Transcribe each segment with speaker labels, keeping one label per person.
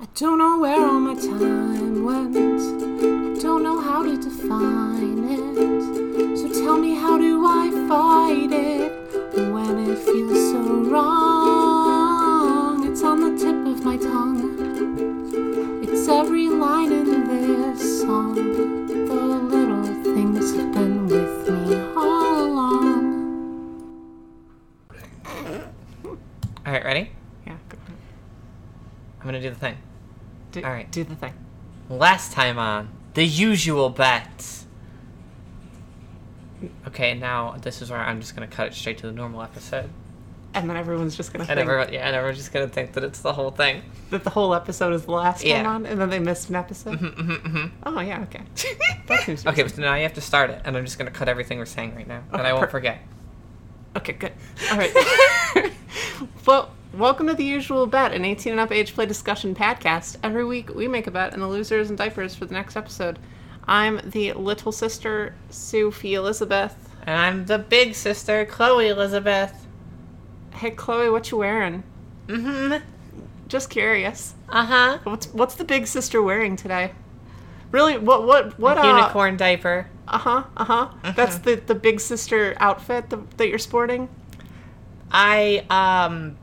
Speaker 1: I don't know where all my time went. I don't know how to define it. So tell me, how do I fight it when it feels so wrong? It's on the tip of my tongue. It's every line in this song. The little things have been with me all along.
Speaker 2: All right, ready?
Speaker 1: Yeah, good.
Speaker 2: I'm gonna do the thing.
Speaker 1: Do,
Speaker 2: All right.
Speaker 1: do the thing.
Speaker 2: Last time on the usual bet. Okay, now this is where I'm just gonna cut it straight to the normal episode,
Speaker 1: And then everyone's just gonna
Speaker 2: and
Speaker 1: think
Speaker 2: everyone, yeah, and everyone's just gonna think that it's the whole thing.
Speaker 1: that the whole episode is the last one
Speaker 2: Yeah. Mm-hmm.
Speaker 1: on, and then they missed an episode. Oh yeah, okay. That seems
Speaker 2: Okay, so now you have to start it, and I'm just gonna cut everything we're saying right now, and
Speaker 1: Okay,
Speaker 2: I won't
Speaker 1: per-
Speaker 2: forget.
Speaker 1: Okay, good. All right. well, welcome to the usual bet, an 18 and up age play discussion podcast. Every week we make a bet, and the loser is in diapers for the next episode. I'm the little sister, Sophie Elizabeth.
Speaker 2: And I'm the big sister, Chloe Elizabeth.
Speaker 1: Hey, Chloe, what you wearing?
Speaker 2: Mm-hmm.
Speaker 1: Just curious.
Speaker 2: Uh huh.
Speaker 1: What's what's the big sister wearing today? Really? What what what? uh,
Speaker 2: Unicorn diaper.
Speaker 1: Uh huh. Uh huh. That's the the big sister outfit th that you're sporting.
Speaker 2: I um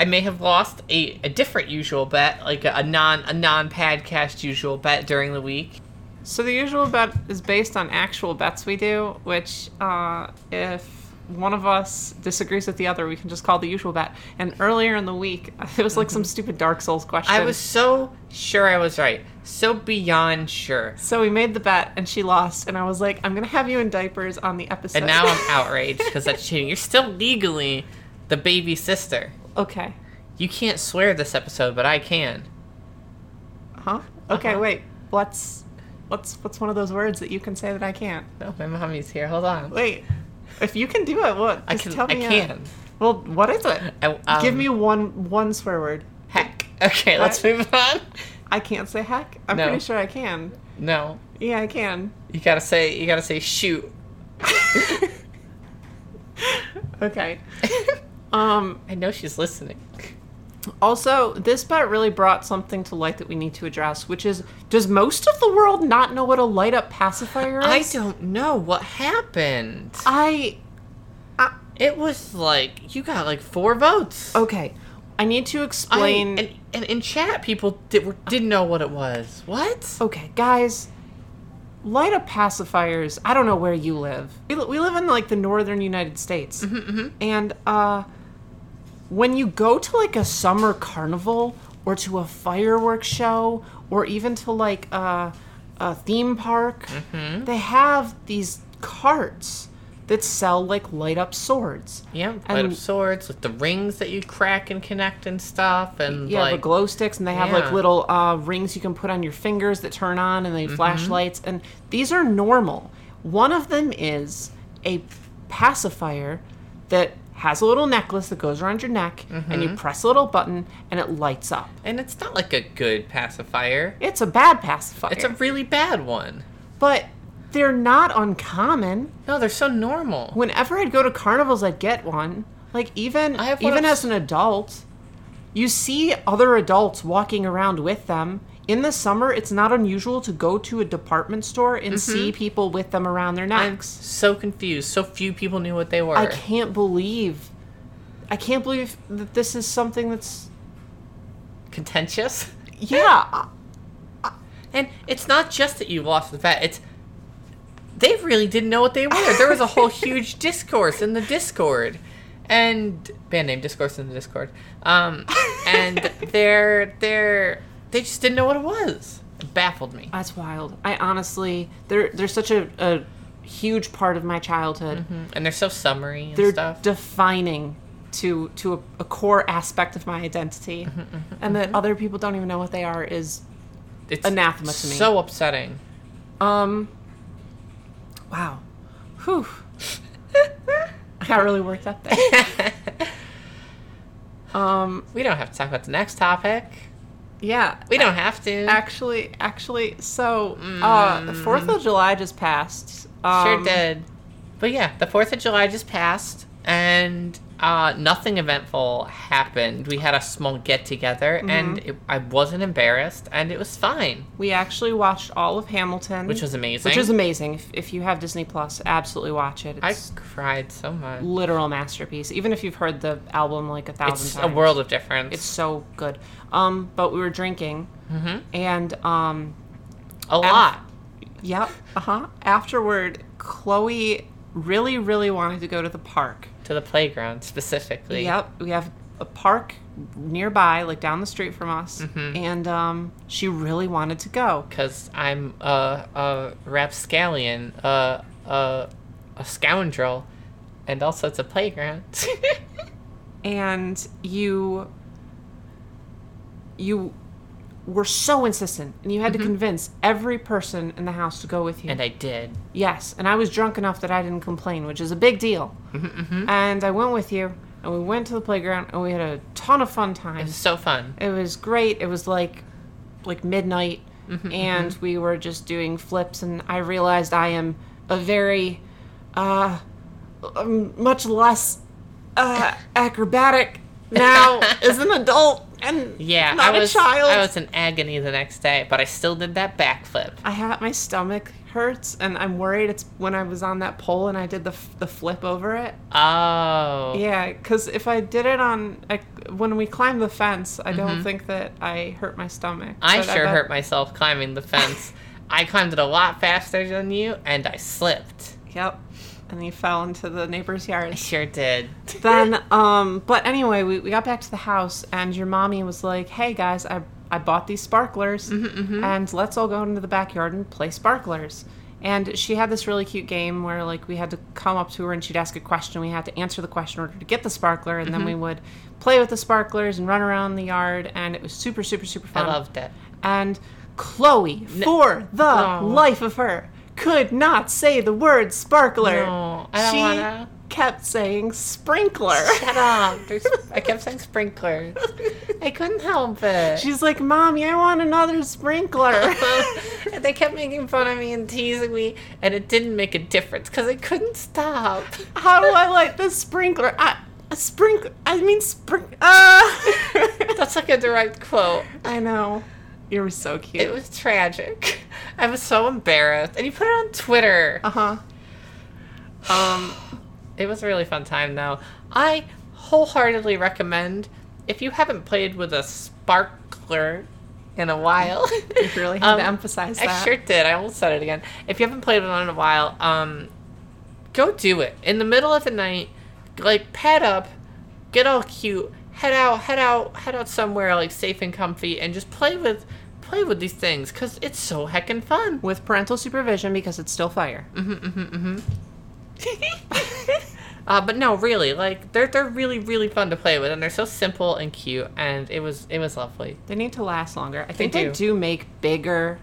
Speaker 2: I may have lost a, a different usual bet, like a, a non a non podcast usual bet during the week.
Speaker 1: So the usual bet is based on actual bets we do, which uh, if one of us disagrees with the other, we can just call the usual bet. And earlier in the week, it was like some stupid Dark Souls question.
Speaker 2: I was so sure I was right. So beyond sure.
Speaker 1: so we made the bet, and she lost. And I was like, "I'm gonna have you in diapers on the episode."
Speaker 2: And now I'm outraged because that's cheating. You're still legally the baby sister.
Speaker 1: okay.
Speaker 2: You can't swear this episode, but I can.
Speaker 1: Huh? Okay.
Speaker 2: Uh-huh.
Speaker 1: Wait. What's what's what's one of those words that you can say that I can't?
Speaker 2: No, Oh, my mommy's here. Hold on.
Speaker 1: Wait. If you can do it, what?
Speaker 2: I
Speaker 1: just
Speaker 2: can.
Speaker 1: Tell
Speaker 2: I
Speaker 1: me uh,
Speaker 2: can.
Speaker 1: well, what is it?
Speaker 2: I, um,
Speaker 1: Give me one one swear word.
Speaker 2: heck. Okay, let's move on.
Speaker 1: I can't say heck. I'm
Speaker 2: No.
Speaker 1: pretty sure I can.
Speaker 2: No,
Speaker 1: Yeah, I can.
Speaker 2: you gotta say. You gotta say shoot.
Speaker 1: okay. Um
Speaker 2: I know she's listening.
Speaker 1: also this bet really brought something to light that we need to address, which is does most of the world not know what a light up pacifier is?
Speaker 2: I don't know what happened.
Speaker 1: I
Speaker 2: It was like you got like four votes.
Speaker 1: okay. I need to
Speaker 2: I-
Speaker 1: explain
Speaker 2: and, and in chat, people did, were, didn't know what it was. What?
Speaker 1: Okay, guys, light up pacifiers. I don't know where you live. We, li- we live in like the northern United States, and uh, when you go to like a summer carnival or to a fireworks show or even to like a, a theme park, they have these carts that sell like light up swords.
Speaker 2: Yeah, Light
Speaker 1: And-
Speaker 2: of Swords with the rings that you crack and connect and stuff, and
Speaker 1: Yeah,
Speaker 2: like
Speaker 1: the glow sticks, and they have like
Speaker 2: Yeah.
Speaker 1: little uh, rings you can put on your fingers that turn on, and they
Speaker 2: Mm-hmm.
Speaker 1: flashlights. And these are normal. One of them is a pacifier that has a little necklace that goes around your neck, and
Speaker 2: Mm-hmm.
Speaker 1: you press a little button, and it lights up.
Speaker 2: and it's not like a good pacifier.
Speaker 1: It's a bad pacifier,
Speaker 2: It's a really bad one.
Speaker 1: but they're not uncommon.
Speaker 2: No, they're so normal.
Speaker 1: Whenever I'd go to carnivals, I'd get one. Like even
Speaker 2: I have one
Speaker 1: even
Speaker 2: of-
Speaker 1: as an adult, you see other adults walking around with them. In the summer, it's not unusual to go to a department store and see
Speaker 2: Mm-hmm.
Speaker 1: people with them around their necks.
Speaker 2: So confused. So few people knew what they were.
Speaker 1: I can't believe, I can't believe that this is something that's
Speaker 2: Contentious.
Speaker 1: yeah. I-
Speaker 2: And it's not just that you lost the bet, it's they really didn't know what they were. There was a whole huge discourse in the Discord. And band name discourse in the Discord. Um and they're they're they just didn't know what it was. It baffled me.
Speaker 1: That's wild. I honestly, they're they're such a, a huge part of my childhood.
Speaker 2: And they're so summary and
Speaker 1: Um, they're
Speaker 2: stuff.
Speaker 1: defining to to a, a core aspect of my identity
Speaker 2: Mm-hmm,
Speaker 1: and that other people don't even know what they are is
Speaker 2: it's
Speaker 1: anathema to me.
Speaker 2: So upsetting.
Speaker 1: um wow whew i got really worked up there um
Speaker 2: We don't have to talk about the next topic.
Speaker 1: yeah
Speaker 2: We don't have to.
Speaker 1: actually actually so uh
Speaker 2: Mm.
Speaker 1: the fourth of july just passed
Speaker 2: sure
Speaker 1: um,
Speaker 2: did. But yeah, the 4th of July just passed, and Uh, nothing eventful happened. We had a small get together,
Speaker 1: Mm-hmm.
Speaker 2: and it, I wasn't embarrassed, and it was fine,
Speaker 1: We actually watched all of Hamilton,
Speaker 2: which was amazing.
Speaker 1: Mm-hmm. which is amazing. If, if you have Disney Plus, absolutely watch it.
Speaker 2: I
Speaker 1: It's
Speaker 2: cried so much.
Speaker 1: literal masterpiece. Even if you've heard the album like a thousand
Speaker 2: It's a
Speaker 1: times,
Speaker 2: world of difference.
Speaker 1: It's so good. Um, but we were drinking, and um,
Speaker 2: a lot.
Speaker 1: yep, uh huh. Afterward, Chloe really, really wanted to go to the park.
Speaker 2: to the playground specifically.
Speaker 1: Yep, we have a park nearby, like down the street from us, and um, she really wanted to go.
Speaker 2: Because I'm a, a rapscallion, a, a, a scoundrel, and also it's a playground.
Speaker 1: and you you were so insistent and you had to convince every person in the house to go with you
Speaker 2: and I did.
Speaker 1: yes and i was drunk enough that i didn't complain which is a big deal
Speaker 2: Mm-hmm,
Speaker 1: and i went with you and we went to the playground and we had a ton of fun
Speaker 2: It was
Speaker 1: times
Speaker 2: so fun.
Speaker 1: it was great it was like like midnight
Speaker 2: Mm-hmm,
Speaker 1: and we were just doing flips and i realized i am a very uh um, much less uh acrobatic now as an adult and
Speaker 2: Yeah,
Speaker 1: not
Speaker 2: I was
Speaker 1: a child
Speaker 2: I was in agony the next day, but I still did that backflip.
Speaker 1: I have my stomach hurts and i'm worried it's when i was on that pole and i did the f- the flip over it
Speaker 2: Oh.
Speaker 1: yeah because if i did it on I, when we climbed the fence i don't think that i hurt my stomach
Speaker 2: Mm-hmm. I
Speaker 1: but
Speaker 2: sure
Speaker 1: bet-
Speaker 2: hurt myself climbing the fence. I climbed it a lot faster than you, and I slipped.
Speaker 1: Yep. And he fell into the neighbor's yard.
Speaker 2: I sure did.
Speaker 1: then, um, but anyway, we, we got back to the house, and your mommy was like, hey guys, I, I bought these sparklers, and let's all go into the backyard and play sparklers. And she had this really cute game where, like, we had to come up to her and she'd ask a question. We had to answer the question in order to get the sparkler, and then we would play with the sparklers and run around the yard. And it was super, super, super
Speaker 2: I
Speaker 1: fun
Speaker 2: loved it.
Speaker 1: and Chloe, for the
Speaker 2: No.
Speaker 1: life of her, could not say the word sparkler.
Speaker 2: No, I don't
Speaker 1: she
Speaker 2: wanna.
Speaker 1: kept saying sprinkler.
Speaker 2: Shut up. There's, I kept saying sprinklers. I couldn't help it.
Speaker 1: She's like, Mommy, I want another sprinkler.
Speaker 2: and they kept making fun of me and teasing me, and it didn't make a difference because I couldn't stop.
Speaker 1: How do I light this sprinkler? I, a sprinkler. I mean, spring. Uh.
Speaker 2: That's like a direct quote.
Speaker 1: I know. You were so cute.
Speaker 2: It was tragic. I was so embarrassed. And you put it on Twitter.
Speaker 1: uh huh. Um.
Speaker 2: It was a really fun time, though. I wholeheartedly recommend if you haven't played with a sparkler in a while. um,
Speaker 1: You really had to emphasize
Speaker 2: I
Speaker 1: that.
Speaker 2: sure did. I almost said it again. If you haven't played with one in a while, um, go do it in the middle of the night. Like pad up, get all cute, head out, head out, head out somewhere like safe and comfy, and just play with play with these things because it's so heckin' fun.
Speaker 1: With parental supervision because it's still fire.
Speaker 2: Mm-hmm, Uh, but no, really, like they're they're really really fun to play with, and they're so simple and cute, and it was it was lovely.
Speaker 1: They need to last longer. I think they
Speaker 2: They
Speaker 1: do,
Speaker 2: do.
Speaker 1: make bigger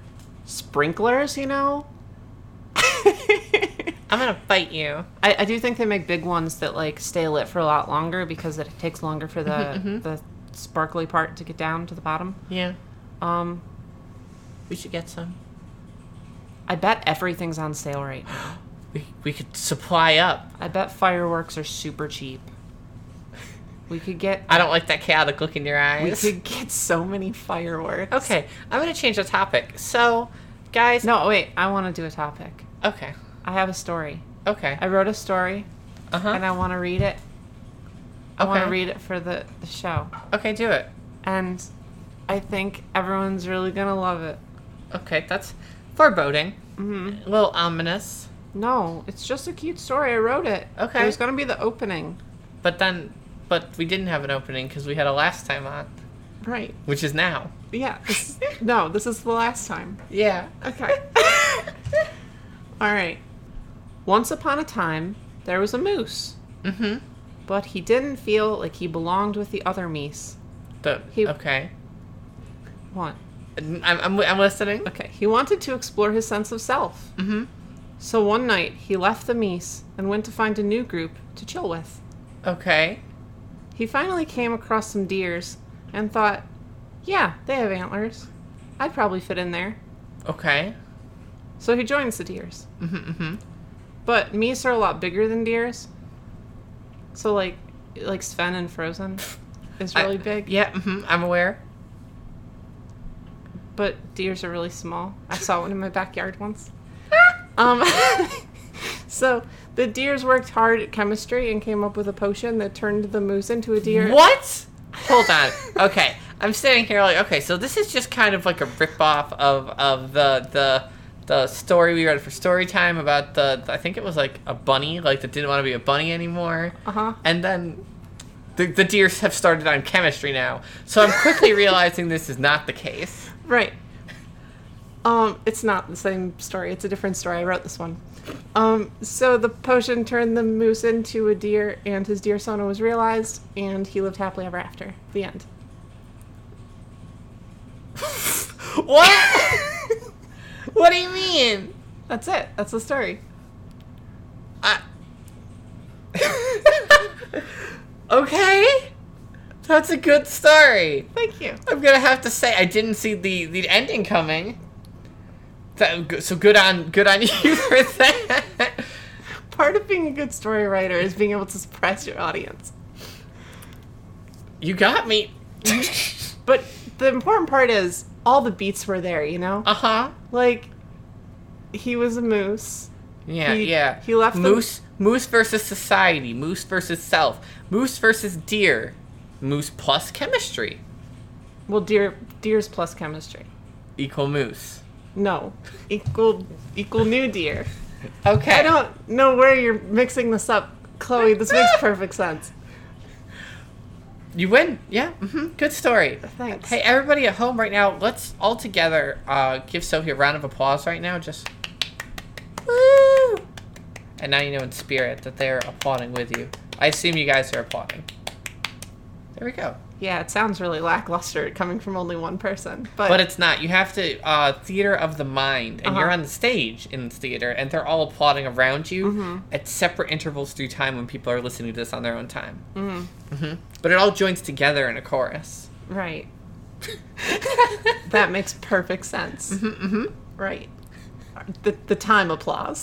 Speaker 1: sprinklers, you know?
Speaker 2: I'm gonna fight you.
Speaker 1: I, I do think they make big ones that like stay lit for a lot longer because it takes longer for the
Speaker 2: Mm-hmm,
Speaker 1: the sparkly part to get down to the bottom.
Speaker 2: Yeah,
Speaker 1: Um,
Speaker 2: we should get some.
Speaker 1: I bet everything's on sale right now.
Speaker 2: We we could supply up.
Speaker 1: I bet fireworks are super cheap. We could get
Speaker 2: I don't like that chaotic look in your
Speaker 1: we
Speaker 2: eyes.
Speaker 1: could get so many fireworks.
Speaker 2: Okay, I'm gonna change the topic. So, guys,
Speaker 1: No, wait. I want to do a topic.
Speaker 2: Okay,
Speaker 1: I have a story.
Speaker 2: okay,
Speaker 1: I wrote a story
Speaker 2: uh huh.
Speaker 1: and I want to read it. I want to
Speaker 2: Okay.
Speaker 1: read it for the, the show.
Speaker 2: Okay, do it.
Speaker 1: and I think everyone's really gonna love it.
Speaker 2: Okay, that's foreboding,
Speaker 1: hmm
Speaker 2: a little ominous.
Speaker 1: No, it's just a cute story. I wrote it.
Speaker 2: Okay.
Speaker 1: It was gonna be the opening.
Speaker 2: But then, but we didn't have an opening because we had a last time on,
Speaker 1: Right.
Speaker 2: which is now.
Speaker 1: Yeah. this- no, this is the last time.
Speaker 2: Yeah.
Speaker 1: Okay. All right. Once upon a time, there was a moose,
Speaker 2: Mm-hmm.
Speaker 1: but he didn't feel like he belonged with the other meese.
Speaker 2: The,
Speaker 1: He-
Speaker 2: okay.
Speaker 1: What?
Speaker 2: I'm, I'm, I'm listening.
Speaker 1: Okay. He wanted to explore his sense of self.
Speaker 2: Mm-hmm.
Speaker 1: So one night, he left the meese and went to find a new group to chill with.
Speaker 2: Okay.
Speaker 1: He finally came across some deers and thought, yeah, they have antlers. I'd probably fit in there.
Speaker 2: Okay.
Speaker 1: So he joins the deers.
Speaker 2: Mm-hmm. mm-hmm.
Speaker 1: But meese are a lot bigger than deers. So, like, like Sven and Frozen is really
Speaker 2: I-
Speaker 1: big,
Speaker 2: Yeah, hmm I'm aware.
Speaker 1: but deers are really small. I saw one in my backyard once. Um, so the deers worked hard at chemistry and came up with a potion that turned the moose into a deer.
Speaker 2: What? Hold on. Okay, I'm sitting here like, okay, so this is just kind of like a ripoff of of the the the story we read for story time about the I think it was like a bunny like that didn't want to be a bunny anymore.
Speaker 1: Uh huh.
Speaker 2: And then the the deers have started on chemistry now, so I'm quickly realizing this is not the case.
Speaker 1: Right. Um, it's not the same story. It's a different story. I wrote this one. Um, so the potion turned the moose into a deer, and his deer sauna was realized, and he lived happily ever after. The end.
Speaker 2: What? what do you mean?
Speaker 1: That's it. That's the story.
Speaker 2: I... okay, that's a good story.
Speaker 1: Thank you.
Speaker 2: I'm gonna have to say I didn't see the the ending coming. That- so good on good on you for that.
Speaker 1: Part of being a good story writer is being able to surprise your audience.
Speaker 2: You got me.
Speaker 1: But the important part is all the beats were there, you know?
Speaker 2: uh huh.
Speaker 1: Like, he was a moose.
Speaker 2: Yeah,
Speaker 1: He-
Speaker 2: yeah.
Speaker 1: he left the-
Speaker 2: moose. Moose versus society. Moose versus self. Moose versus deer. Moose plus chemistry
Speaker 1: Well, deer, deers plus chemistry.
Speaker 2: equal moose.
Speaker 1: No, equal equal new deer.
Speaker 2: Okay.
Speaker 1: I don't know where you're mixing this up, Chloe. This makes perfect sense.
Speaker 2: You win. Yeah.
Speaker 1: Mm-hmm.
Speaker 2: hmm Good story.
Speaker 1: Thanks.
Speaker 2: Hey, everybody at home right now, let's all together uh, give Sophie a round of applause right now. Just woo! And now you know in spirit that they're applauding with you. I assume you guys are applauding. There we go.
Speaker 1: Yeah, it sounds really lackluster coming from only one person, but,
Speaker 2: But it's not. You have to uh, theater of the mind, and you're
Speaker 1: Uh-huh.
Speaker 2: on the stage in the theater, and they're all applauding around you
Speaker 1: Mm-hmm.
Speaker 2: at separate intervals through time when people are listening to this on their own time. Mm-hmm. But it all joins together in a chorus.
Speaker 1: right. that makes perfect sense. Mm-hmm.
Speaker 2: Mm-hmm.
Speaker 1: Right. The the time applause.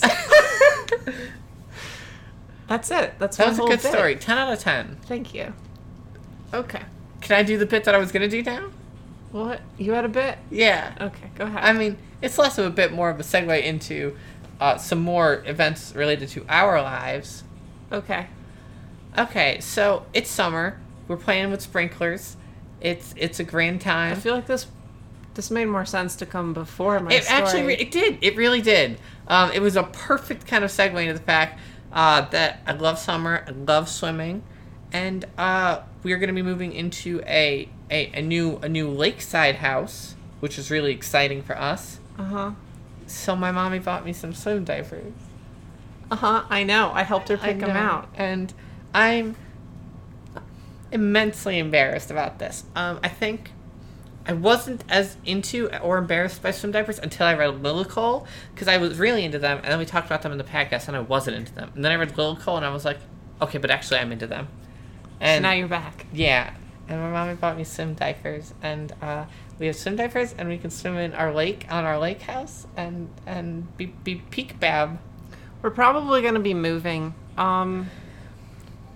Speaker 1: That's it. That's
Speaker 2: That
Speaker 1: my
Speaker 2: was a
Speaker 1: whole
Speaker 2: good
Speaker 1: bit.
Speaker 2: story. 10 out of 10.
Speaker 1: Thank you. Okay.
Speaker 2: Can I do the bit that I was going to do now?
Speaker 1: What you had a bit?
Speaker 2: Yeah.
Speaker 1: Okay, go ahead.
Speaker 2: I mean, it's less of a bit, more of a segue into uh, some more events related to our lives.
Speaker 1: okay.
Speaker 2: Okay, so it's summer. We're playing with sprinklers. It's it's a grand
Speaker 1: I
Speaker 2: time.
Speaker 1: feel like this this made more sense to come before my
Speaker 2: It
Speaker 1: story.
Speaker 2: actually, re- it did. It really did. Um, it was a perfect kind of segue into the fact uh, that I love summer. I love swimming, and uh, we are going to be moving into a, a a new a new lakeside house, which is really exciting for us.
Speaker 1: uh huh.
Speaker 2: So my mommy bought me some swim diapers.
Speaker 1: Uh huh. I know. I helped her pick
Speaker 2: I
Speaker 1: them
Speaker 2: know,
Speaker 1: out.
Speaker 2: and I'm immensely embarrassed about this. Um, I think I wasn't as into or embarrassed by swim diapers until I read Lil Cole because I was really into them, and then we talked about them in the podcast, and I wasn't into them. And then I read Lil Cole, and I was like, okay, but actually, I'm into them.
Speaker 1: So
Speaker 2: And
Speaker 1: now you're back.
Speaker 2: yeah. And my mommy bought me swim diapers, and uh, we have swim diapers, and we can swim in our lake on our lake house, and and be be peak bab.
Speaker 1: We're probably going to be moving. Um,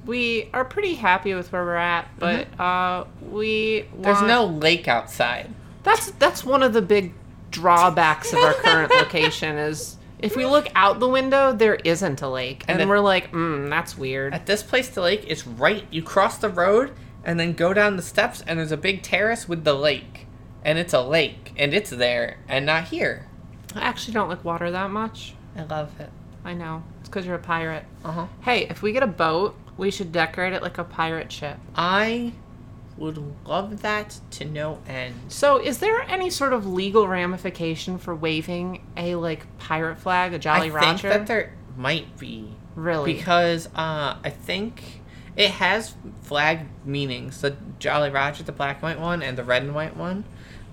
Speaker 1: we are pretty happy with where we're at, but uh, we
Speaker 2: Mm-hmm. There's
Speaker 1: want-
Speaker 2: no lake outside.
Speaker 1: that's that's one of the big drawbacks of our current location is if we look out the window there isn't a lake and,
Speaker 2: And it-
Speaker 1: we're like mm that's weird
Speaker 2: At this place, the lake is right. You cross the road and then go down the steps, and there's a big terrace with the lake. And it's a lake, and it's there, and not here.
Speaker 1: i actually don't like water that much
Speaker 2: I love it.
Speaker 1: i know it's because you're a pirate
Speaker 2: Uh huh.
Speaker 1: hey if we get a boat we should decorate it like a pirate ship
Speaker 2: I would love that to no end.
Speaker 1: So, is there any sort of legal ramification for waving a like pirate flag, a Jolly
Speaker 2: I think
Speaker 1: Roger?
Speaker 2: that there might be
Speaker 1: really?
Speaker 2: because uh, I think it has flag meanings. The Jolly Roger, the black and white one, and the red and white one,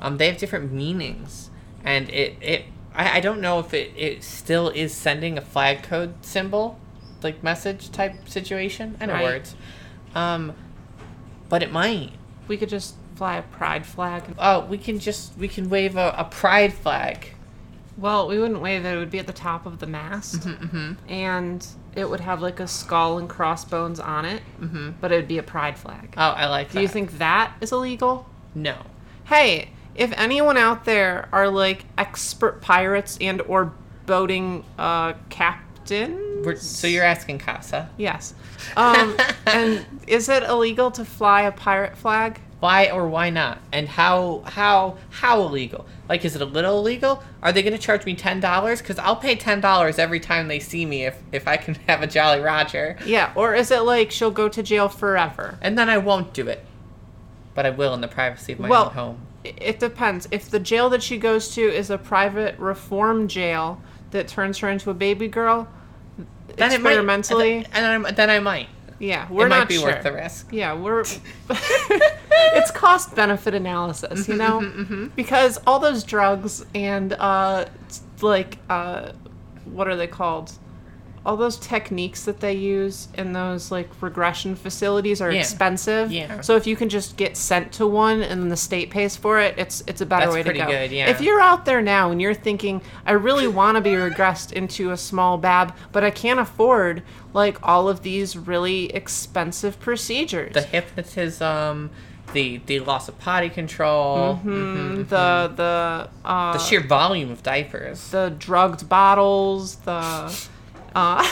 Speaker 2: um, they have different meanings, and it it I, I don't know if it it still is sending a flag code symbol, like message type situation. I know
Speaker 1: Right.
Speaker 2: words, um, but it might.
Speaker 1: we could just fly a pride flag.
Speaker 2: Oh, we can just we can wave a, a pride flag.
Speaker 1: Well, we wouldn't wave it. It would be at the top of the mast, mm-hmm. and it would have like a skull and crossbones on it, mm-hmm. Uh, but it would be a pride flag.
Speaker 2: Oh, I like that.
Speaker 1: Do you think that is illegal?
Speaker 2: No.
Speaker 1: Hey, if anyone out there are like expert pirates and or boating uh, captains,
Speaker 2: We're, so you're asking Casa.
Speaker 1: yes, um, and is it illegal to fly a pirate flag?
Speaker 2: Why or why not? And how how how illegal? Like is it a little illegal? Are they going to charge me $10 cuz I'll pay $10 every time they see me if if I can have a Jolly Roger.
Speaker 1: Yeah, or is it like she'll go to jail forever?
Speaker 2: And then I won't do it. But I will in the privacy of my
Speaker 1: Well,
Speaker 2: own home.
Speaker 1: i- It depends. If the jail that she goes to is a private reform jail that turns her into a baby girl,
Speaker 2: Then it might-
Speaker 1: experimentally,
Speaker 2: and then, and then I might.
Speaker 1: yeah, we're
Speaker 2: it
Speaker 1: not
Speaker 2: might be
Speaker 1: sure.
Speaker 2: worth the risk.
Speaker 1: Yeah, we're. it's cost benefit analysis,
Speaker 2: Mm-hmm,
Speaker 1: you know? Because all those drugs and, uh, s- like, uh, what are they called? All those techniques that they use in those, like, regression facilities are
Speaker 2: Yeah.
Speaker 1: expensive.
Speaker 2: Yeah.
Speaker 1: So if you can just get sent to one and then the state pays for it, it's it's a better
Speaker 2: That's
Speaker 1: way
Speaker 2: pretty
Speaker 1: to go.
Speaker 2: good, yeah.
Speaker 1: If you're out there now and you're thinking, I really want to be regressed into a small bab, but I can't afford like all of these really expensive procedures.
Speaker 2: The hypnotism, the the loss of potty control,
Speaker 1: Mm, the the uh,
Speaker 2: the sheer volume of diapers.
Speaker 1: the drugged bottles, the uh,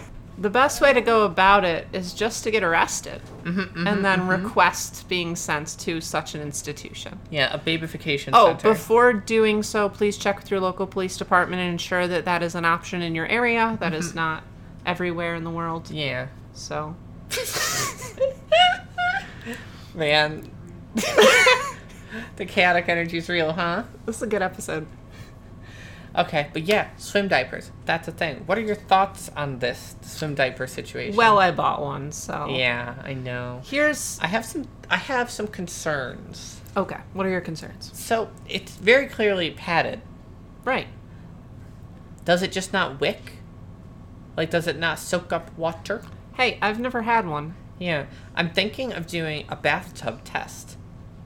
Speaker 1: the best way to go about it is just to get arrested
Speaker 2: Mm-hmm,
Speaker 1: and then request being sent to such an institution.
Speaker 2: Yeah, a babification
Speaker 1: Oh,
Speaker 2: center.
Speaker 1: before doing so, please check with your local police department and ensure that that is an option in your area. That is not everywhere in the world.
Speaker 2: yeah.
Speaker 1: So,
Speaker 2: Man. the chaotic energy's real, huh?
Speaker 1: this is a good episode.
Speaker 2: Okay, but yeah, swim diapers. That's a thing. What are your thoughts on this the swim diaper situation?
Speaker 1: Well, I bought one, so.
Speaker 2: yeah, I know.
Speaker 1: Here's.
Speaker 2: I have some I have some concerns.
Speaker 1: Okay, what are your concerns?
Speaker 2: So, it's very clearly padded.
Speaker 1: Right.
Speaker 2: Does it just not wick? Like does it not soak up water?
Speaker 1: Hey, I've never had one.
Speaker 2: Yeah, I'm thinking of doing a bathtub test,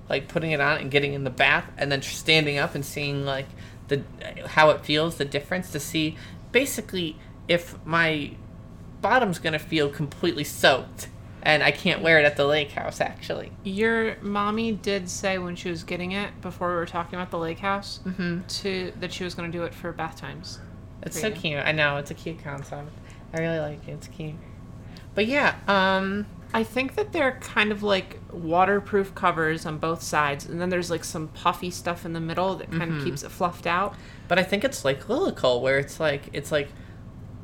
Speaker 2: like putting it on and getting in the bath, and then standing up and seeing like the how it feels, the difference to see basically if my bottom's gonna feel completely soaked, and I can't wear it at the lake house actually.
Speaker 1: Your mommy did say when she was getting it, before we were talking about the lake house, to that she was going to do it for bath times.
Speaker 2: It's so
Speaker 1: Great.
Speaker 2: cute. I know it's a cute concept. I really like it. It's cute. But yeah, um,
Speaker 1: I think that they're kind of like waterproof covers on both sides, and then there's like some puffy stuff in the middle that kind of
Speaker 2: Mm-hmm.
Speaker 1: keeps it fluffed out.
Speaker 2: but I think it's like Lilical, where it's like it's like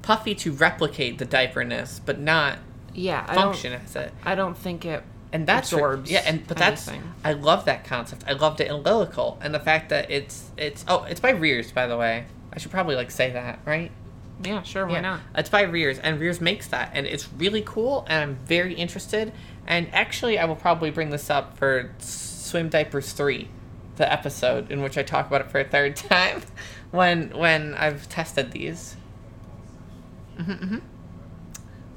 Speaker 2: puffy to replicate the diaperness, but not
Speaker 1: Yeah, I
Speaker 2: function as it.
Speaker 1: don't. I don't think it.
Speaker 2: and that's re-
Speaker 1: absorbs
Speaker 2: yeah and but that's
Speaker 1: anything.
Speaker 2: i love that concept i loved it in lyrical and the fact that it's it's oh it's by rears by the way i should probably like say that right
Speaker 1: Yeah, sure, why
Speaker 2: yeah
Speaker 1: not?
Speaker 2: it's by rears and rears makes that and it's really cool and i'm very interested and actually i will probably bring this up for swim diapers 3 the episode in which i talk about it for a third time when when i've tested these
Speaker 1: Mm-hmm,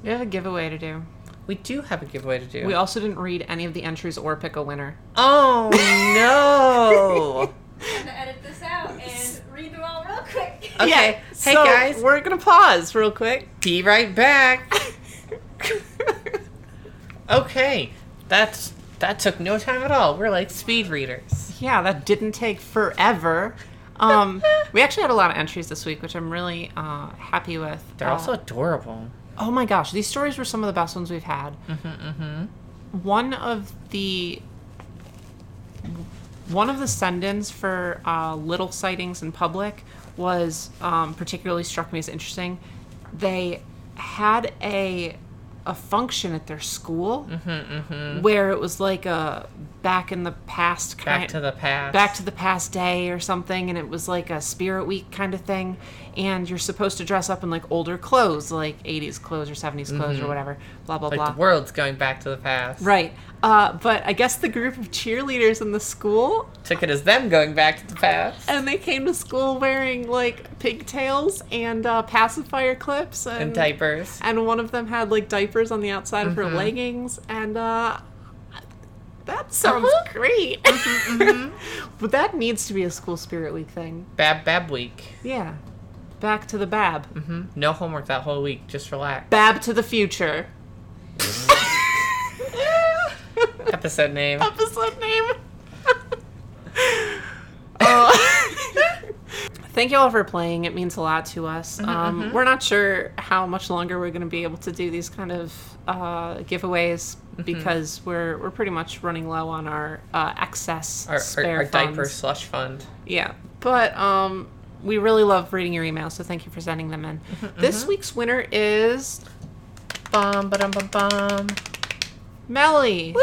Speaker 1: We have a giveaway to do.
Speaker 2: we do have a giveaway to do
Speaker 1: We also didn't read any of the entries or pick a winner.
Speaker 2: oh no
Speaker 3: I'm gonna edit this out and read them all real quick.
Speaker 2: Okay. Hey,
Speaker 1: so
Speaker 2: guys.
Speaker 1: we're gonna pause real quick.
Speaker 2: be right back Okay, that's that took no time at all. We're like speed readers.
Speaker 1: yeah, that didn't take forever. Um, we actually had a lot of entries this week, which I'm really uh, happy with.
Speaker 2: They're
Speaker 1: Uh,
Speaker 2: also adorable.
Speaker 1: Oh my gosh, these stories were some of the best ones we've had.
Speaker 2: Mm-hmm,
Speaker 1: One of the one of the send-ins for uh, little sightings in public was um, particularly struck me as interesting. They had a a function at their school
Speaker 2: Mm-hmm,
Speaker 1: where it was like a back in the past kind
Speaker 2: Back to the past.
Speaker 1: back to the past day or something and it was like a spirit week kind of thing and you're supposed to dress up in like older clothes like 80s clothes or 70s clothes or whatever blah blah
Speaker 2: Mm-hmm. like
Speaker 1: blah
Speaker 2: the world's going back to the past.
Speaker 1: right uh, but i guess the group of cheerleaders in the school
Speaker 2: Took it as them going back to the past.
Speaker 1: and they came to school wearing like pigtails and uh, pacifier clips and,
Speaker 2: And diapers. Mm-hmm.
Speaker 1: and one of them had like diapers on the outside of her leggings and uh that sounds
Speaker 2: Uh-huh. Mm-hmm,
Speaker 1: great. but that needs to be a school spirit week thing.
Speaker 2: Bab Bab Week.
Speaker 1: Yeah. Back to the Bab.
Speaker 2: hmm No homework that whole week. Just relax.
Speaker 1: Bab to the future.
Speaker 2: Episode name.
Speaker 1: Episode name. Uh, thank you all for playing. It means a lot to us.
Speaker 2: Mm-hmm,
Speaker 1: Um, We're not sure how much longer we're going to be able to do these kind of uh, giveaways
Speaker 2: Mm-hmm.
Speaker 1: because we're we're pretty much running low on our uh, excess
Speaker 2: Our, our,
Speaker 1: spare
Speaker 2: our
Speaker 1: funds.
Speaker 2: diaper slush fund.
Speaker 1: Yeah, but um, we really love reading your emails, so thank you for sending them in. This week's winner is
Speaker 2: Bum ba dum bum bum.
Speaker 1: Melly.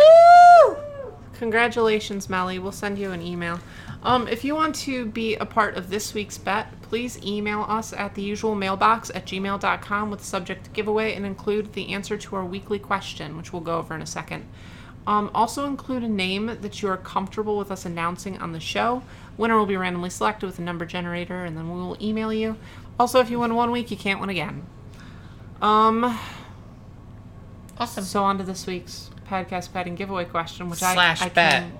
Speaker 1: Congratulations, Melly. We'll send you an email. Um, if you want to be a part of this week's bet, please email us at the usual mailbox at gmail.com with subject giveaway and include the answer to our weekly question, which we'll go over in a second. Um, also include a name that you are comfortable with us announcing on the show. Winner will be randomly selected with a number generator, and then we will email you. Also, if you win one week, you can't win again. Um,
Speaker 2: Awesome.
Speaker 1: so on to this week's podcast betting giveaway question, which
Speaker 2: Slash
Speaker 1: I, I
Speaker 2: bet.
Speaker 1: Came,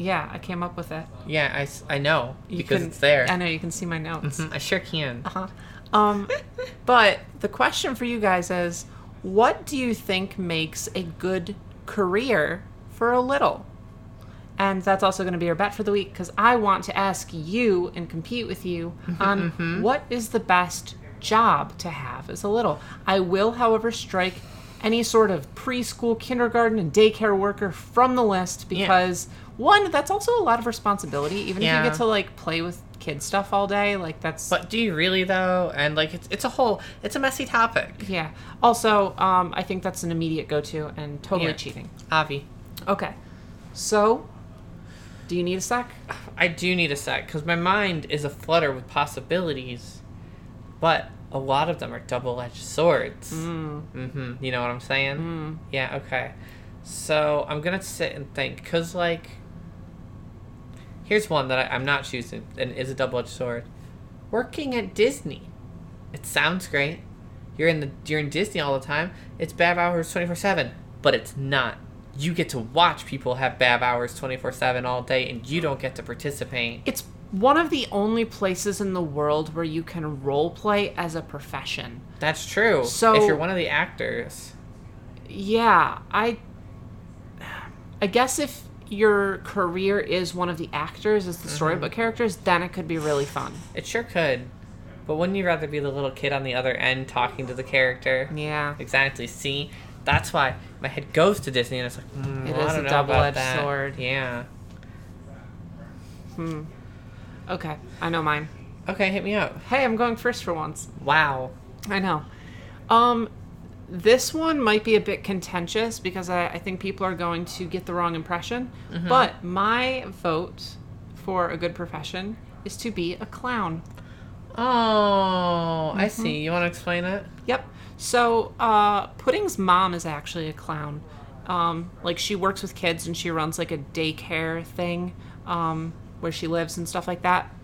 Speaker 1: yeah, I came up with it
Speaker 2: Yeah, I, s- I know
Speaker 1: You
Speaker 2: because
Speaker 1: can-
Speaker 2: it's there.
Speaker 1: I know you can see my notes.
Speaker 2: Mhm, I sure can.
Speaker 1: Uh-huh. Um, but the question for you guys is, what do you think makes a good career for a little? And that's also going to be our bet for the week because I want to ask you and compete with you on what is the best job to have as a little. I will, however, strike any sort of preschool, kindergarten, and daycare worker from the list because one, that's also a lot of responsibility. Even if you
Speaker 2: Yeah.
Speaker 1: get to like play with kid stuff all day, like that's
Speaker 2: But do you really though? And like it's it's a whole it's a messy topic.
Speaker 1: yeah. Also, um, I think that's an immediate go-to and totally
Speaker 2: Yeah.
Speaker 1: cheating.
Speaker 2: Avi,
Speaker 1: Okay. So, do you need a sec?
Speaker 2: I do need a sec because my mind is aflutter with possibilities, but a lot of them are double-edged swords. hmm You know what I'm saying? Yeah. Okay. So I'm gonna sit and think because like, here's one that I, I'm not choosing and is a double-edged sword. Working at Disney, it sounds great. You're in the you're in Disney all the time. It's bab hours twenty four seven, but it's not. You get to watch people have bab hours twenty four seven all day, and you don't get to participate.
Speaker 1: It's one of the only places in the world where you can role play as a profession.
Speaker 2: That's true.
Speaker 1: So-
Speaker 2: if you're one of the actors,
Speaker 1: Yeah, I I guess if your career is one of the actors as the storybook characters, then it could be really fun.
Speaker 2: it sure could. But wouldn't you rather be the little kid on the other end talking to the character?
Speaker 1: Yeah.
Speaker 2: Exactly. See, that's why my head goes to Disney, and it's like, mm,
Speaker 1: It
Speaker 2: I
Speaker 1: is
Speaker 2: don't
Speaker 1: a
Speaker 2: know about
Speaker 1: double-edged
Speaker 2: that.
Speaker 1: sword.
Speaker 2: Yeah.
Speaker 1: Okay, I know mine.
Speaker 2: Okay, hit me up.
Speaker 1: Hey, I'm going first for once.
Speaker 2: Wow.
Speaker 1: I know. Um, this one might be a bit contentious because I, I think people are going to get the wrong impression. But my vote for a good profession is to be a clown.
Speaker 2: Oh, I
Speaker 1: Mm-hmm.
Speaker 2: see. You want to explain it?
Speaker 1: Yep. So uh, Pudding's mom is actually a clown. Um, like she works with kids and she runs like a daycare thing um, where she lives and stuff like that.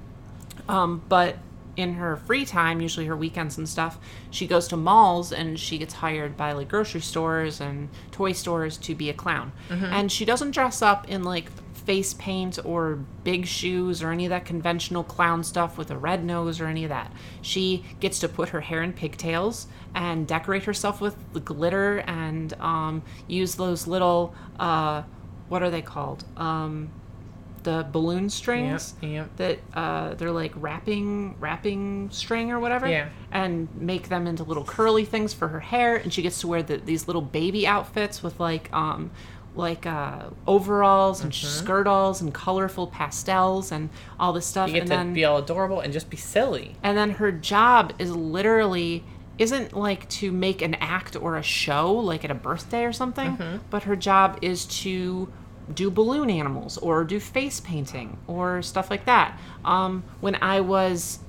Speaker 1: Um, but in her free time, usually her weekends and stuff, she goes to malls and she gets hired by like grocery stores and toy stores to be a clown. And she doesn't dress up in like face paint or big shoes or any of that conventional clown stuff with a red nose or any of that. She gets to put her hair in pigtails and decorate herself with glitter and um, use those little, uh, what are they called? Um, the balloon
Speaker 2: Yep.
Speaker 1: strings
Speaker 2: Yep.
Speaker 1: that uh, they're like wrapping wrapping string or whatever
Speaker 2: Yeah.
Speaker 1: and make them into little curly things for her hair and she gets to wear the, these little baby outfits with like um like uh, overalls and
Speaker 2: Mm-hmm.
Speaker 1: skirtalls and colorful pastels and all this stuff
Speaker 2: You get
Speaker 1: and
Speaker 2: to
Speaker 1: then
Speaker 2: be all adorable and just be silly.
Speaker 1: and then her job is literally isn't like to make an act or a show like at a birthday or something but her job is to do balloon animals or do face painting or stuff like that um, when i was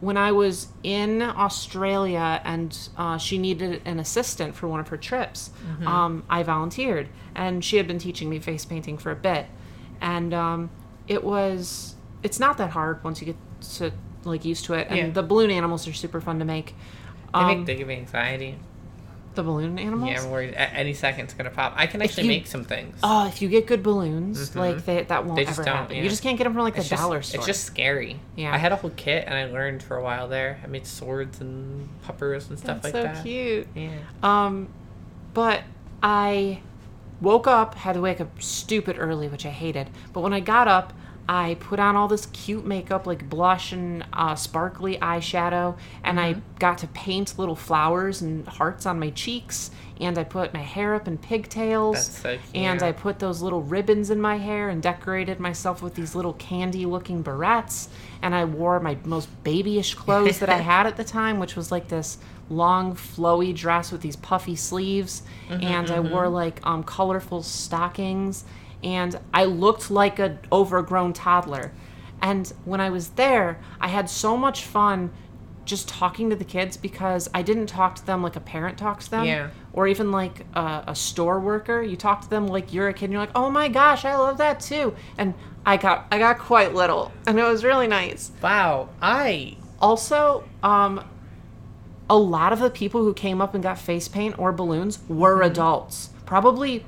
Speaker 1: when I was in Australia and uh, she needed an assistant for one of her trips,
Speaker 2: Mm-hmm.
Speaker 1: um, I volunteered. And she had been teaching me face painting for a bit. And um, it was, it's not that hard once you get to like used to it. And
Speaker 2: Yeah.
Speaker 1: the balloon animals are super fun to make.
Speaker 2: They
Speaker 1: Um,
Speaker 2: make they give me anxiety.
Speaker 1: The balloon animals.
Speaker 2: Yeah, I'm worried. A- any second it's gonna pop. I can actually
Speaker 1: you-
Speaker 2: make some things.
Speaker 1: Oh, if you get good balloons, like they, that won't
Speaker 2: Mm-hmm. They just
Speaker 1: ever
Speaker 2: don't,
Speaker 1: happen.
Speaker 2: yeah.
Speaker 1: You just can't get them from like the
Speaker 2: it's
Speaker 1: dollar
Speaker 2: just,
Speaker 1: store.
Speaker 2: It's just scary.
Speaker 1: Yeah.
Speaker 2: I had a whole kit, and I learned for a while there. I made swords and puppers and stuff
Speaker 1: That's
Speaker 2: like
Speaker 1: so
Speaker 2: that.
Speaker 1: cute.
Speaker 2: Yeah.
Speaker 1: Um, but I woke up, had to wake up stupid early, which I hated. But when I got up, I put on all this cute makeup, like blush and uh, sparkly eyeshadow, and
Speaker 2: Mm-hmm.
Speaker 1: I got to paint little flowers and hearts on my cheeks. And I put my hair up in pigtails.
Speaker 2: That's so cute.
Speaker 1: And I put those little ribbons in my hair and decorated myself with these little candy looking barrettes. And I wore my most babyish clothes that I had at the time, which was like this long, flowy dress with these puffy sleeves. and I wore like um, colorful stockings. And I looked like an overgrown toddler. And when I was there, I had so much fun just talking to the kids because I didn't talk to them like a parent talks to them
Speaker 2: Yeah.
Speaker 1: or even like a, a store worker you talk to them like you're a kid and you're like oh my gosh i love that too and i got i got quite little and it was really nice
Speaker 2: Wow. I.
Speaker 1: also um a lot of the people who came up and got face paint or balloons were adults probably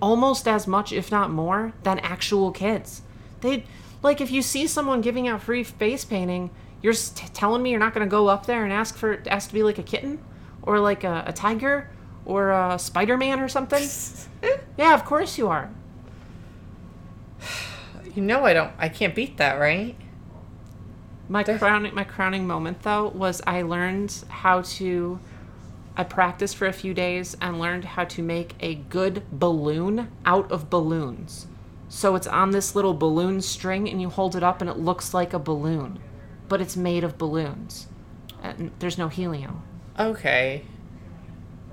Speaker 1: almost as much if not more than actual kids they like if you see someone giving out free face painting you're s- t- telling me you're not going to go up there and ask for ask to be like a kitten or like a, a tiger or a spider-man or something yeah of course you are
Speaker 2: You know I don't. I can't beat that, right?
Speaker 1: My crowning my crowning moment though was I learned how to I practiced for a few days and learned how to make a good balloon out of balloons. So it's on this little balloon string and you hold it up and it looks like a balloon, but it's made of balloons. And there's no helium.
Speaker 2: Okay.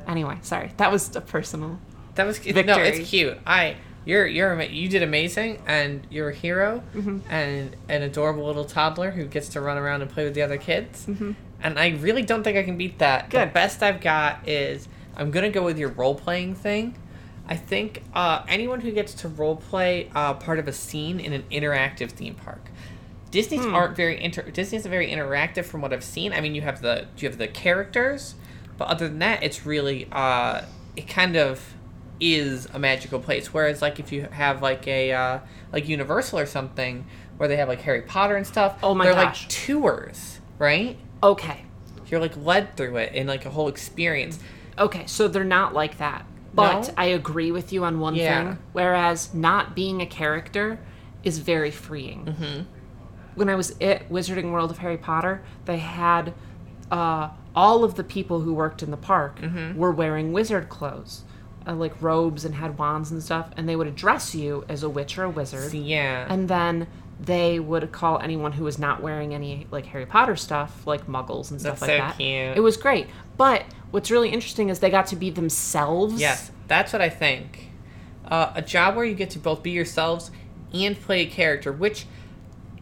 Speaker 1: Anyway, sorry. That was a personal.
Speaker 2: That was cute. no,
Speaker 1: Victory.
Speaker 2: it's cute. I you're you're ama- you did amazing, and you're a hero,
Speaker 1: Mm-hmm.
Speaker 2: and an adorable little toddler who gets to run around and play with the other kids. And I really don't think I can beat that. The
Speaker 1: Mm-hmm. Good.
Speaker 2: best I've got is I'm gonna go with your role playing thing. I think uh, anyone who gets to role play uh, part of a scene in an interactive theme park. Disney's
Speaker 1: Hmm.
Speaker 2: aren't very inter. Disney isn't very interactive from what I've seen. I mean, you have the you have the characters, but other than that, it's really uh, it kind of is a magical place. Whereas like if you have like a uh, like Universal or something where they have like Harry Potter and stuff,
Speaker 1: Oh my
Speaker 2: they're
Speaker 1: gosh.
Speaker 2: like tours, right?
Speaker 1: Okay.
Speaker 2: You're like led through it in like a whole experience.
Speaker 1: Okay, so they're not like that. But
Speaker 2: No?
Speaker 1: I agree with you on one
Speaker 2: Yeah.
Speaker 1: thing. Whereas not being a character is very freeing. Mm-hmm. When I was at Wizarding World of Harry Potter, they had uh, all of the people who worked in the park
Speaker 2: Mm-hmm.
Speaker 1: were wearing wizard clothes, uh, like robes and had wands and stuff, and they would address you as a witch or a wizard
Speaker 2: Yeah,
Speaker 1: and then they would call anyone who was not wearing any like Harry Potter stuff, like muggles and stuff
Speaker 2: That's
Speaker 1: like
Speaker 2: so
Speaker 1: that.
Speaker 2: cute.
Speaker 1: It was great. But what's really interesting is they got to be themselves.
Speaker 2: Yes, that's what I think. Uh, a job where you get to both be yourselves and play a character, which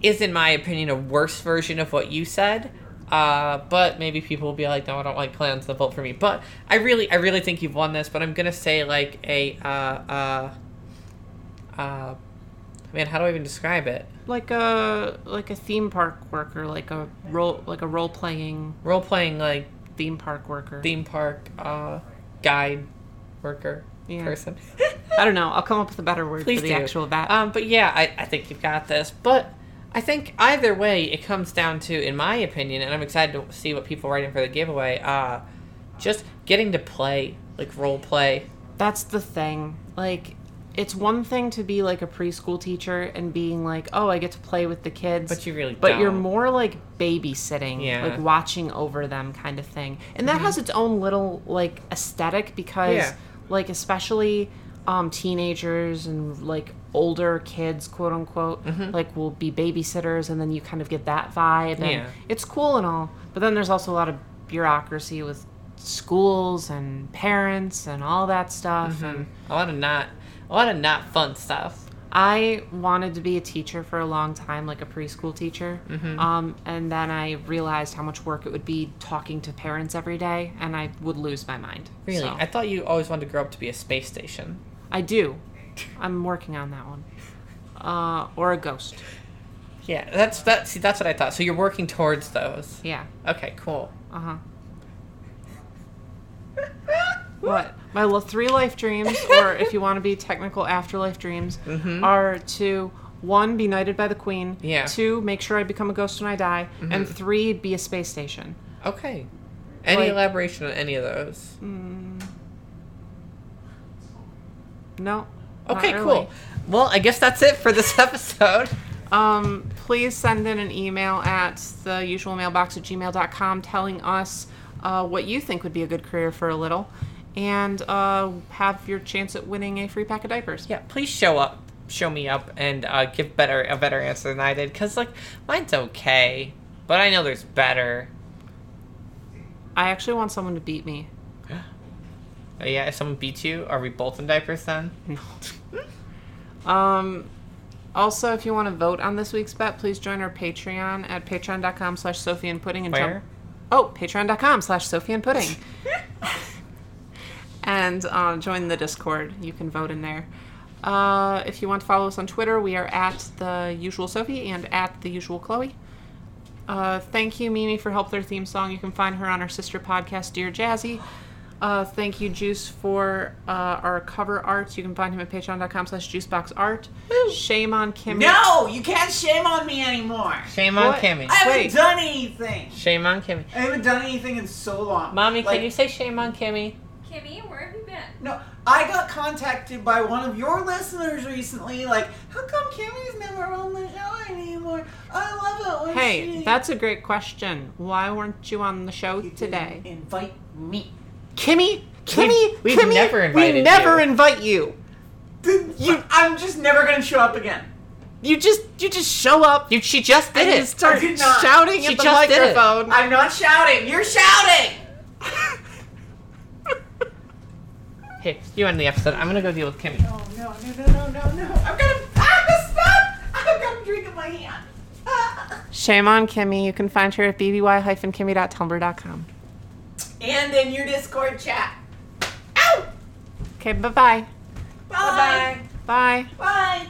Speaker 2: is, in my opinion, a worse version of what you said. Uh, but maybe people will be like, "No, I don't like clowns. They vote for me." But I really, I really think you've won this. But I'm gonna say like a, uh, uh, uh, man, how do I even describe it?
Speaker 1: Like a like a theme park worker, like a role like a role playing
Speaker 2: Role playing like
Speaker 1: theme park worker.
Speaker 2: theme park uh, guide worker
Speaker 1: Yeah.
Speaker 2: person.
Speaker 1: I don't know. I'll come up with a better word
Speaker 2: Please
Speaker 1: for the
Speaker 2: do.
Speaker 1: actual that.
Speaker 2: Um, but yeah, I, I think you've got this. But I think either way, it comes down to, in my opinion, and I'm excited to see what people write in for the giveaway. Uh, just getting to play, like role play.
Speaker 1: That's the thing. Like it's one thing to be like a preschool teacher and being like, "Oh, I get to play with the kids."
Speaker 2: But you really
Speaker 1: But you're
Speaker 2: don't.
Speaker 1: more like babysitting,
Speaker 2: Yeah. Mhm.
Speaker 1: like watching over them kind of thing. And that has its own little like aesthetic because
Speaker 2: Yeah.
Speaker 1: like especially um teenagers and like older kids, quote unquote,
Speaker 2: Mm-hmm.
Speaker 1: like will be babysitters and then you kind of get that vibe and
Speaker 2: Yeah.
Speaker 1: it's cool and all. But then there's also a lot of bureaucracy with schools and parents and all that stuff and
Speaker 2: A lot of not, a lot of not fun stuff.
Speaker 1: I wanted to be a teacher for a long time, like a preschool teacher.
Speaker 2: Mm-hmm.
Speaker 1: Um, and then I realized how much work it would be talking to parents every day, and I would lose my mind.
Speaker 2: Really,
Speaker 1: So,
Speaker 2: I thought you always wanted to grow up to be a space station.
Speaker 1: I do. I'm working on that one. Uh, or a ghost.
Speaker 2: Yeah, that's that. See, that's what I thought. So you're working towards those.
Speaker 1: Yeah.
Speaker 2: Okay, cool.
Speaker 1: Uh huh. What? My lo- three life dreams, or if you want to be technical, afterlife dreams, are to one, be knighted by the queen.
Speaker 2: Mm-hmm. Yeah. Mm-hmm.
Speaker 1: Two, make sure I become a ghost when I die. And three, be a space station.
Speaker 2: Okay. Any
Speaker 1: Like-
Speaker 2: elaboration on any of those?
Speaker 1: Mm. No. not
Speaker 2: Okay,
Speaker 1: really.
Speaker 2: cool. Well, I guess that's it for this episode.
Speaker 1: Um, please send in an email at the usual mailbox at gmail.com telling us uh, what you think would be a good career for a little and uh, have your chance at winning a free pack of diapers.
Speaker 2: Yeah, please show up, show me up, and uh, give better a better answer than I did. Cause like mine's okay, but I know there's better.
Speaker 1: I actually want someone to beat me.
Speaker 2: Uh, yeah, if someone beats you, are we both in diapers then?
Speaker 1: Um, also, if you want to vote on this week's bet, please join our Patreon at patreon.com slash Sophie and Pudding. And
Speaker 2: Where?
Speaker 1: oh, patreon.com slash Sophie and Pudding. and uh, join the Discord. You can vote in there. Uh, if you want to follow us on Twitter, we are at the usual Sophie and at the usual Chloe. Uh, thank you, Mimi, for help with their theme song. You can find her on our sister podcast, Dear Jazzy. Uh, thank you, Juice, for uh, our cover art. You can find him at patreon.com slash juiceboxart. Shame on Kimmy.
Speaker 4: No, you can't shame on me anymore.
Speaker 2: Shame on
Speaker 1: What?
Speaker 2: Kimmy.
Speaker 4: I haven't
Speaker 1: Wait.
Speaker 4: done anything.
Speaker 2: Shame on Kimmy.
Speaker 4: I haven't done anything in so long.
Speaker 2: Mommy,
Speaker 4: Like,
Speaker 2: can you say shame on Kimmy?
Speaker 3: Kimmy, where have you been?
Speaker 4: No, I got contacted by one of your listeners recently. Like, how come Kimmy's never on the show anymore? I love it when she.
Speaker 1: Hey, that's a great question. Why weren't you on the show
Speaker 4: You didn't
Speaker 1: today?
Speaker 4: Invite me.
Speaker 1: Kimmy, Kimmy,
Speaker 2: we've
Speaker 1: Kimmy,
Speaker 2: never
Speaker 1: we
Speaker 2: invited
Speaker 1: never
Speaker 2: you.
Speaker 1: invite you.
Speaker 4: Did you? I'm just never gonna show up again.
Speaker 1: You just you just show up
Speaker 2: You, she just did
Speaker 1: and you
Speaker 2: it.
Speaker 1: start
Speaker 4: did not.
Speaker 1: shouting
Speaker 2: She
Speaker 1: at the
Speaker 2: just did it.
Speaker 1: microphone.
Speaker 4: I'm not shouting. You're shouting.
Speaker 2: Hey, you end the episode. I'm gonna go deal with Kimmy.
Speaker 4: Oh no no no no no no! I'm gonna. I'm gonna stop. I've got a drink in my hand. Ah.
Speaker 1: Shame on Kimmy. You can find her at bby-kimmy.tumblr.com.
Speaker 4: And in your Discord chat. Ow!
Speaker 1: Okay, bye-bye.
Speaker 4: Bye.
Speaker 1: Bye.
Speaker 4: Bye.